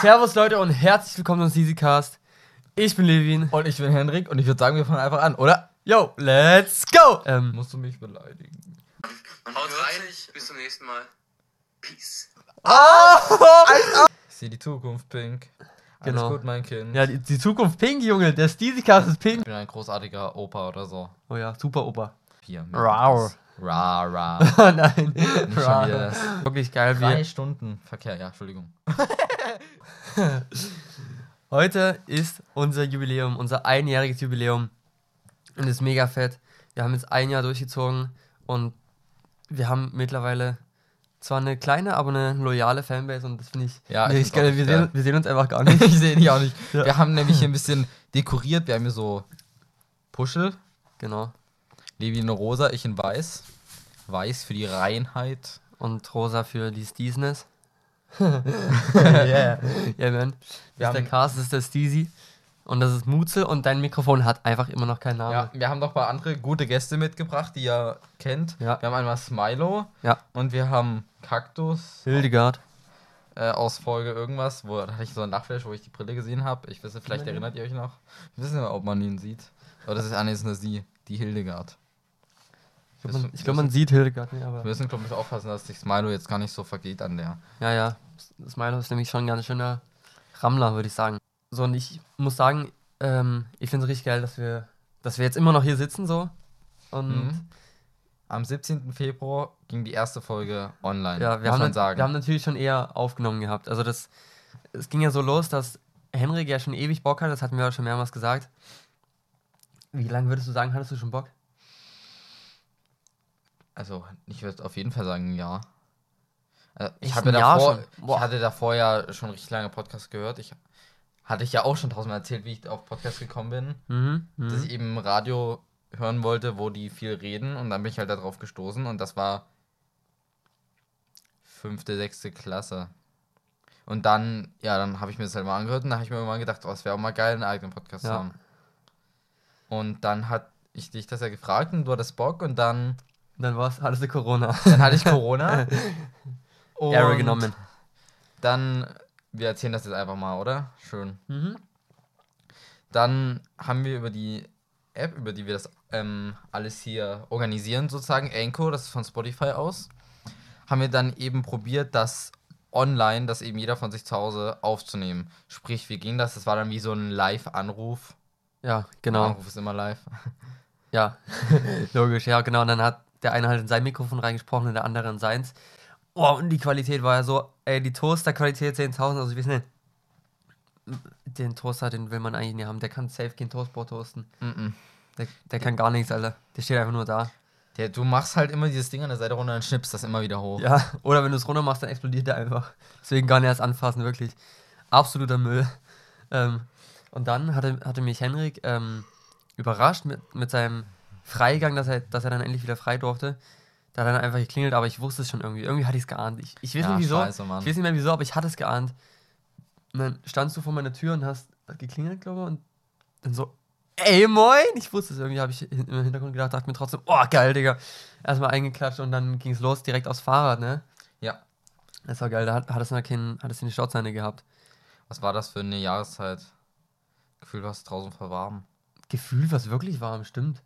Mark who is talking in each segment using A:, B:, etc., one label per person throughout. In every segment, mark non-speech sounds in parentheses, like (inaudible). A: Servus Leute und herzlich willkommen zum CCcast. Ich bin Levin.
B: Und ich bin Henrik und ich würde sagen, wir fangen einfach an, oder?
A: Yo, let's go! Ähm,
B: Musst du mich beleidigen?
C: Haut rein, bis zum nächsten Mal. Peace.
B: Ah!
A: Ah!
B: Ich sehe die Zukunft, Pink. Alles
A: Genau.
B: gut, mein Kind.
A: ja, die, die Zukunft pink, Junge. Der CCcast ist
B: Ich
A: pink.
B: bin ein großartiger Opa oder so.
A: Oh ja, super Opa. (laughs)
B: Hier.
A: Rau.
B: Ra, ra.
A: Oh nein.
B: Nicht schon wieder das.
A: Wirklich geil. (laughs)
B: Drei
A: Wir,
B: Stunden Verkehr, ja, Entschuldigung. (laughs)
A: heute ist unser Jubiläum, unser einjähriges Jubiläum. Und ist mega fett. Wir haben jetzt ein Jahr durchgezogen und wir haben mittlerweile zwar eine kleine, aber eine loyale Fanbase und das finde ich
B: Ja, ich
A: richtig
B: find's auch
A: geil. Wir
B: geil.
A: sehen, wir sehen uns einfach gar nicht.
B: (laughs) Ich sehe dich auch nicht.
A: Ja.
B: Wir haben nämlich hier ein bisschen dekoriert. Wir haben hier so Puschel.
A: genau.
B: Levi in rosa, ich in weiß. Weiß für
A: (laughs)
B: die Reinheit.
A: Und rosa für die Steesness.
B: yeah.
A: Ja, man. Das
B: Wir
A: ist der
B: haben-
A: Cast, das ist der Steezy. Und das ist Mutze und dein Mikrofon hat einfach immer noch keinen
B: Ja,
A: Namen.
B: wir haben noch ein paar andere gute Gäste mitgebracht, die ihr kennt.
A: Ja.
B: Wir haben einmal Smilo
A: Ja.
B: und wir haben Kaktus
A: Hildegard.
B: äh, aus Folge irgendwas, wo da hatte ich so ein Nachflash, wo ich die Brille gesehen habe. Ich wisse, vielleicht erinnert ihr euch noch. Wir wissen ja, ob man ihn sieht. Aber das ist anwesend nur sie, die Hildegard.
A: Ich glaube, man, ich glaub, man sieht Hildegard nicht,
B: Wir
A: aber.
B: müssen, glaube ich, aufpassen, dass sich Smilo jetzt gar nicht so vergeht an der.
A: Ja, ja. Smilo ist nämlich schon ein ganz schöner Rammler, würde ich sagen. So, und ich muss sagen, ähm, ich finde es richtig geil, dass wir, dass wir jetzt immer noch hier sitzen, so. Und
B: Mhm. Am 17. Februar ging die erste Folge online,
A: ja, wir
B: muss
A: haben,
B: man
A: nat-
B: sagen.
A: wir haben natürlich schon eher aufgenommen gehabt. Also, das, es ging ja so los, dass Henrik ja schon ewig Bock hat, das hatten wir ja schon mehrmals gesagt. Wie lange würdest du sagen, hattest du schon Bock?
B: Also, ich würde auf jeden Fall sagen, ja. Also, ich,
A: Echt,
B: habe
A: ein
B: ja
A: Jahr
B: davor,
A: schon?
B: ich
A: Boah.
B: hatte davor ja schon richtig lange Podcasts gehört. Ich hatte ich ja auch schon tausendmal erzählt, wie ich auf Podcasts gekommen bin,
A: Mhm.
B: dass ich eben Radio hören wollte, wo die viel reden und dann bin ich halt darauf gestoßen und das war fünfte, sechste Klasse. Und dann, ja, dann habe ich mir das halt mal angehört und dann habe ich mir irgendwann gedacht, oh, es wäre auch mal geil, einen eigenen Podcast zu
A: Ja.
B: haben. Und dann hat ich dich das ja gefragt und du hattest Bock und dann
A: Dann war's, hattest du (laughs) Corona.
B: dann hatte
A: (laughs)
B: ich Corona. Und
A: Error genommen.
B: Dann, wir erzählen das jetzt einfach mal, oder? Schön.
A: Mhm.
B: Dann haben wir über die App, über die wir das ähm, alles hier organisieren, sozusagen, Anchor, das ist von Spotify aus, haben wir dann eben probiert, das online, das eben jeder von sich zu Hause aufzunehmen. Sprich, wir gingen das, das war dann wie so ein Live-Anruf.
A: Ja, genau.
B: Anruf ist immer live.
A: Ja, (laughs) logisch. Ja, genau. Und dann hat der eine halt in sein Mikrofon reingesprochen und der andere in seins. Oh, und die Qualität war ja so, ey, die Toaster-Qualität 10.000, also ich weiß nicht. Den Toaster, den will man eigentlich nicht haben. Der kann safe kein Toastbrot toasten.
B: Mhm.
A: Der, der kann gar nichts, Alter. Der steht einfach nur da.
B: Der, du machst halt immer dieses Ding an der Seite runter und schnippst das immer wieder hoch.
A: Ja, oder wenn du es runter machst, dann explodiert der einfach. Deswegen gar nicht erst anfassen, wirklich. Absoluter Müll. Ähm, und dann hatte, hatte mich Henrik ähm, überrascht mit, mit seinem Freigang, dass er, dass er dann endlich wieder frei durfte. Da hat er dann einfach geklingelt, aber ich wusste es schon irgendwie. Irgendwie hatte ich es geahnt. Ich, ich weiß
B: Ja,
A: nicht wieso.
B: scheiße, Mann.
A: Ich weiß nicht mehr wieso, aber ich hatte es geahnt. Und dann standst du vor meiner Tür und hast geklingelt, glaube ich, und dann so, ey moin! Ich wusste es irgendwie, habe ich hin- im Hintergrund gedacht, dachte mir trotzdem, oh geil, Digga. Erstmal eingeklatscht und dann ging es los, direkt aufs Fahrrad, ne?
B: ja.
A: Das war geil, da hat, hat es noch keinen, hat es eine Startseite gehabt.
B: Was war das für eine Jahreszeit? Gefühl war es draußen voll warm.
A: Gefühl, was wirklich warm, stimmt.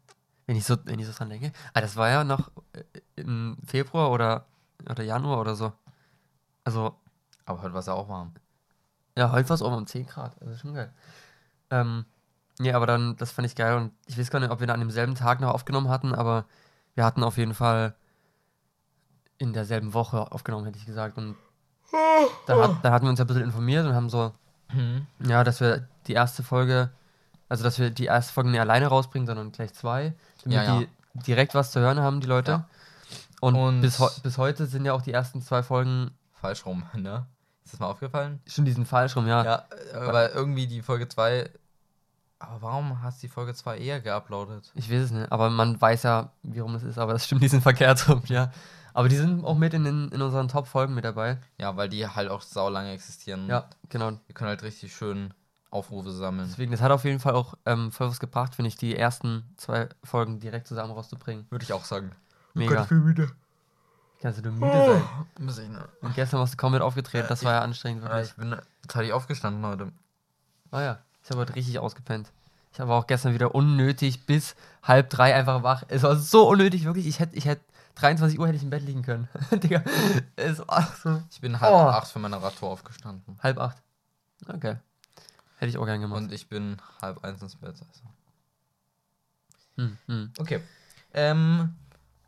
A: Wenn ich so, wenn ich so dran denke. Ah, das war ja noch äh, im Februar oder, oder Januar oder so. Also,
B: Aber heute war es ja auch warm.
A: ja, heute war es oben um 10 Grad. Also schon geil. Ähm, nee, aber dann, das fand ich geil und ich weiß gar nicht, ob wir da an demselben Tag noch aufgenommen hatten, aber wir hatten auf jeden Fall in derselben Woche aufgenommen, hätte ich gesagt. Und dann, hat, dann hatten wir uns ja ein bisschen informiert und haben so Ja, dass wir die erste Folge, also dass wir die erste Folge nicht alleine rausbringen, sondern gleich zwei, damit
B: Ja, ja.
A: die direkt was zu hören haben, die Leute.
B: Ja.
A: Und,
B: Und-
A: bis, heu- bis heute sind ja auch die ersten zwei Folgen
B: Falsch rum, (laughs) ne? Ist das mal aufgefallen?
A: schon diesen falsch rum, ja.
B: Ja, äh, weil irgendwie die Folge 2. Aber warum hast du die Folge 2 eher geuploadet?
A: Ich weiß es nicht, aber man weiß ja, wie rum das ist, aber das stimmt, (laughs) die sind verkehrt rum, ja. Aber die sind auch mit in, den, in unseren Top-Folgen mit dabei.
B: Ja, weil die halt auch sau lange existieren.
A: Ja, genau.
B: Wir können halt richtig schön Aufrufe sammeln.
A: Deswegen, das hat auf jeden Fall auch ähm, voll was gebracht, finde ich, die ersten zwei Folgen direkt zusammen rauszubringen.
B: Würde Oh ich auch sagen.
A: Mega.
B: wieder.
A: Kannst du nur müde sein.
B: Muss ich, ne?
A: Und gestern warst du komplett aufgetreten, das war ja anstrengend
B: Ah,
A: wirklich.
B: ich bin tatsächlich aufgestanden heute.
A: Ah ja, ich habe heute richtig ausgepennt. Ich war auch gestern wieder unnötig bis halb drei einfach wach. Es war so unnötig, wirklich. Ich hätte, ich hätte, 23 Uhr hätte ich im Bett liegen können. (laughs) Digga, es war so.
B: Ich bin halb
A: Oh.
B: acht für meine Radtour aufgestanden.
A: Halb acht. Okay. Hätte ich auch gern gemacht.
B: Und ich bin halb eins ins Bett. Also.
A: hm, hm.
B: Okay. Ähm,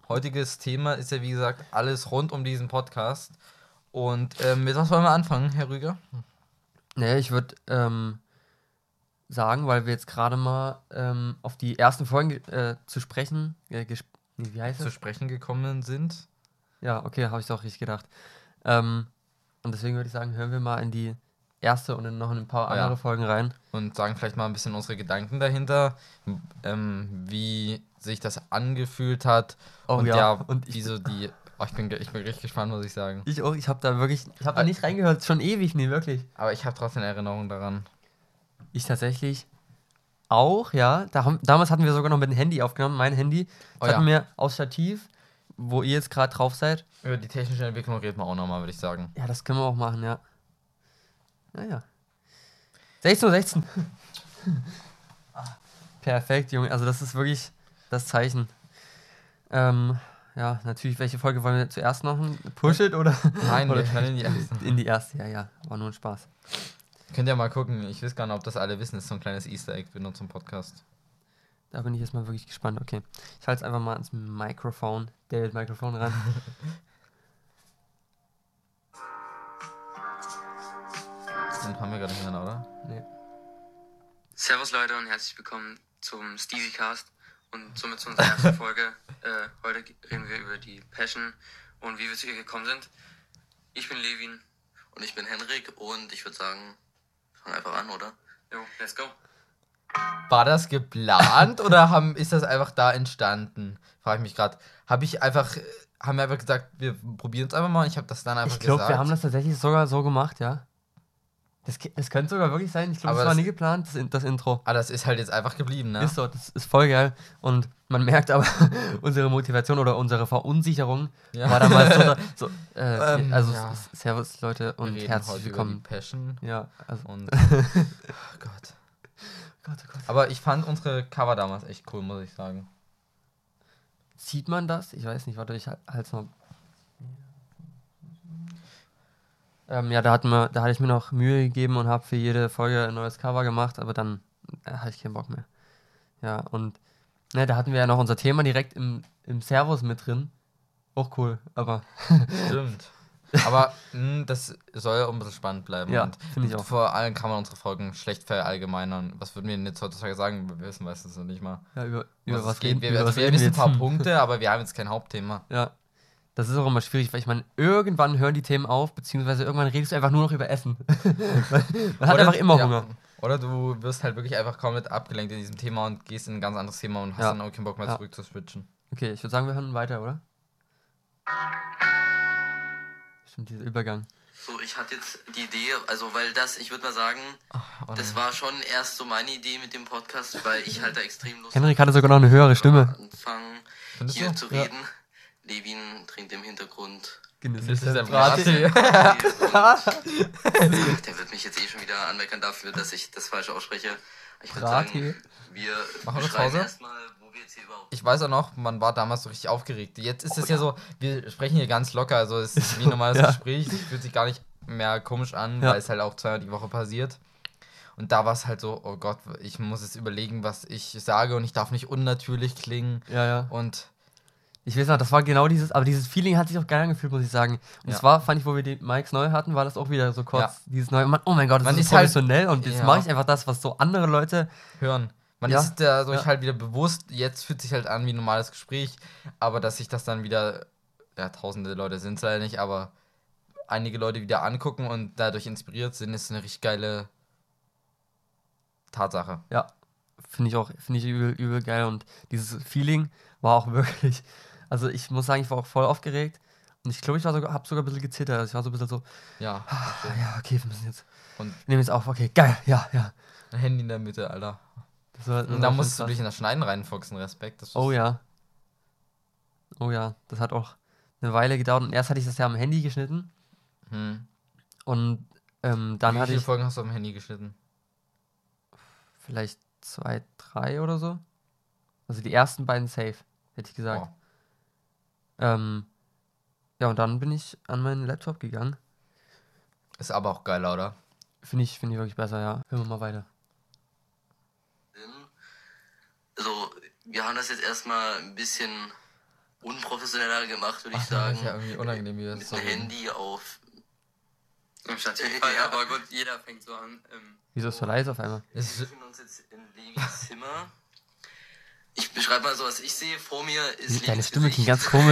B: heutiges Thema ist ja, wie gesagt, alles rund um diesen Podcast. Und ähm, mit was wollen wir anfangen, Herr Rüger?
A: Nee, ich würde ähm, sagen, weil wir jetzt gerade mal ähm, auf die ersten Folgen äh, zu sprechen, äh, gesp nee, wie heißt
B: Zu
A: das?
B: sprechen gekommen sind.
A: Ja, okay, habe ich doch richtig gedacht. Ähm, und deswegen würde ich sagen, hören wir mal in die erste und in noch in ein paar
B: Ah, ja.
A: andere Folgen rein.
B: und sagen vielleicht mal ein bisschen unsere Gedanken dahinter, ähm, wie sich das angefühlt hat
A: Oh
B: und
A: ja,
B: ja,
A: und ich-
B: wieso die. Oh, ich bin, ge- ich bin richtig gespannt, muss ich sagen.
A: Ich auch, ich habe da wirklich, ich habe da
B: Äh,
A: nicht reingehört, schon ewig, nee, wirklich.
B: Aber ich habe trotzdem Erinnerungen daran.
A: Ich tatsächlich auch, ja. Da haben, damals hatten wir sogar noch mit dem Handy aufgenommen, mein Handy.
B: Oh
A: Das hatten
B: ja.
A: wir aus Stativ, wo ihr jetzt gerade drauf seid.
B: Über die technische Entwicklung reden wir auch nochmal, würde ich sagen.
A: Ja, das können wir auch machen, ja. Naja. 16 Uhr
B: (laughs)
A: 16. Ah, Perfekt, Junge. Also das ist wirklich das Zeichen. Ähm, ja, natürlich, welche Folge wollen wir zuerst machen? Push it oder?
B: Nein,
A: oder
B: wir schneiden in die erste.
A: in die erste, ja, ja. War nur ein Spaß.
B: Könnt ihr mal gucken, ich weiß gar nicht, ob das alle wissen, ist so ein kleines Easter Egg bei uns im Podcast.
A: Da bin ich jetzt mal wirklich gespannt. Okay. Ich halte es einfach mal ans Mikrofon, David Mikrofon ran.
B: Den haben wir gerade nicht mehr, oder?
A: Nee.
C: Servus Leute und herzlich willkommen zum Steezycast und somit zu unserer ersten Folge. Äh, heute ge- reden wir über die Passion und wie wir zu ihr gekommen sind. Ich bin Levin.
D: Und ich bin Henrik und ich würde sagen, fang einfach an, oder?
C: Jo, let's go.
B: War das geplant oder haben, ist das einfach da entstanden? Frage ich mich gerade. Habe ich einfach, äh, haben wir einfach gesagt, wir probieren es einfach mal und ich habe das dann einfach
A: Ich glaube,
B: gesagt.
A: wir haben das tatsächlich sogar so gemacht, ja. Das, ge- das könnte sogar wirklich sein. Ich glaube,
B: Aber
A: das war
B: das-
A: nie geplant, das, In- Ah, das Intro.
B: Aber das ist halt jetzt einfach geblieben, ne?
A: Ist so, das ist voll geil. Und man merkt aber, (laughs) unsere Motivation oder unsere Verunsicherung
B: Ja.
A: war damals so. (laughs) da-
B: (laughs)
A: so äh,
B: Ähm,
A: also,
B: ja.
A: s- Servus, Leute,
B: Wir
A: und
B: reden
A: herzlich
B: heute Über
A: willkommen.
B: die Passion
A: Ja, also. (laughs)
B: und. Ach Gott.
A: Gott, oh Gott.
B: Aber ich fand unsere Cover damals echt cool, muss ich sagen.
A: Sieht man das? Ich weiß nicht, warte, ich hal- halt's mal. Ähm, ja, da, hatten wir, da hatte ich mir noch Mühe gegeben und habe für jede Folge ein neues Cover gemacht, aber dann äh, hatte ich keinen Bock mehr. Ja, und ne, da hatten wir ja noch unser Thema direkt im, im Servus mit drin. Auch cool, aber
B: Stimmt. Aber mh, das soll ja auch ein bisschen spannend bleiben.
A: Ja,
B: und
A: finde ich auch.
B: Vor allem kann man unsere Folgen schlecht verallgemeinern. Was würden wir denn jetzt heutzutage sagen? Wir wissen meistens noch nicht mal.
A: ja, über, über was,
B: es
A: reden
B: Wir,
A: über
B: also
A: was
B: wir
A: reden
B: wissen ein paar
A: jetzt? (laughs)
B: Punkte, aber wir haben jetzt kein Hauptthema.
A: Ja. Das ist auch immer schwierig, weil ich meine, irgendwann hören die Themen auf, beziehungsweise irgendwann redest du einfach nur noch über Essen. (laughs) Man hat
B: Oder-
A: einfach immer
B: ja,
A: Hunger.
B: Oder du wirst halt wirklich einfach komplett abgelenkt in diesem Thema und gehst in ein ganz anderes Thema und hast
A: Ja.
B: dann auch keinen Bock mehr
A: Ja.
B: zurückzuswitchen.
A: Okay, ich würde sagen, wir hören weiter, oder? Stimmt, dieser Übergang.
D: So, ich hatte jetzt die Idee, also weil das, ich würde mal sagen,
B: Oh,
D: das war schon erst so meine Idee mit dem Podcast, weil ich halt da extrem Lust
A: Henrik hatte sogar noch eine höhere Stimme.
D: anfangen
B: Findest
D: hier
B: du?
D: zu
A: Ja.
D: reden. Levin trinkt im Hintergrund.
B: Das ist ein
A: Brattee.
B: Brattee.
A: (laughs)
D: Und der wird mich jetzt eh schon wieder anmeckern dafür, dass ich das falsch ausspreche. Ich würde
A: Brattee.
D: sagen, wir
B: Machen wir
D: beschreiben
B: Pause?
D: erstmal, wo wir jetzt hier überhaupt
B: (laughs) ich weiß auch noch, man war damals so richtig aufgeregt. Jetzt ist
D: Oh
B: es ja.
D: ja.
B: so, wir sprechen hier ganz locker, also es ist wie ein normales
A: Ja.
B: Gespräch, es fühlt sich gar nicht mehr komisch an,
A: Ja.
B: weil es halt auch zweimal die Woche passiert. Und da war es halt so, oh Gott, ich muss jetzt überlegen, was ich sage und ich darf nicht unnatürlich klingen.
A: Ja, ja.
B: Und
A: Ich weiß noch, das war genau dieses, aber dieses Feeling hat sich auch geil angefühlt, muss ich sagen. Und
B: Ja.
A: das war, fand ich, wo wir die Mikes neu hatten, war das auch wieder so kurz, dieses neue, Mann, oh mein Gott, das
B: Man
A: ist,
B: ist halt-
A: professionell und jetzt
B: Ja.
A: mache ich einfach das, was so andere Leute
B: hören. Man
A: Ja.
B: ist da so
A: Ja.
B: halt wieder bewusst, jetzt fühlt sich halt an wie ein normales Gespräch, aber dass sich das dann wieder, ja, tausende Leute sind es leider nicht, aber einige Leute wieder angucken und dadurch inspiriert sind, ist eine richtig geile Tatsache.
A: Ja, finde ich auch, finde ich übel, übel geil und dieses Feeling war auch (laughs) wirklich, also ich muss sagen, ich war auch voll aufgeregt und ich glaube, ich war sogar, habe sogar ein bisschen gezittert, also ich war so ein bisschen so,
B: Ja.
A: ah, ja, okay, wir müssen jetzt,
B: Und
A: wir nehmen jetzt auf, okay, geil, ja, ja.
B: ein Handy in der Mitte, Alter.
A: Das war, das
B: Und
A: war
B: da
A: schon
B: musst du
A: krass.
B: dich in das Schneiden reinfuchsen, Respekt. Das ist-
A: Oh ja. Oh ja, das hat auch, eine Weile gedauert und erst hatte ich das ja am Handy geschnitten
B: Hm.
A: und ähm, dann
B: Wie
A: hatte
B: viele
A: ich
B: Folgen hast du auf dem Handy geschnitten?
A: vielleicht zwei, drei oder so. Also die ersten beiden safe, hätte ich gesagt.
B: Wow.
A: Ähm, ja, und dann bin ich an meinen Laptop gegangen.
B: Ist aber auch geiler, oder?
A: Finde ich, finde ich wirklich besser, ja. Hören wir mal weiter.
D: Sinn. Also, wir haben das jetzt erstmal ein bisschen unprofessioneller gemacht, würde ich
B: Das
D: sagen.
B: ist (laughs) ja irgendwie unangenehm, wie wir das
D: Mit
B: so
D: dem
B: reden.
D: Handy auf.
C: Im Stativfall,
D: Ja.
C: aber gut, jeder fängt so an. Ähm,
A: Wieso ist so leise auf einmal?
D: Wir
B: Ist,
D: befinden uns jetzt in Levis Zimmer. Ich beschreibe mal so, was ich sehe. Vor mir ist
A: Deine
D: Levis
A: Stimme
D: Gesicht.
A: klingt ganz komisch.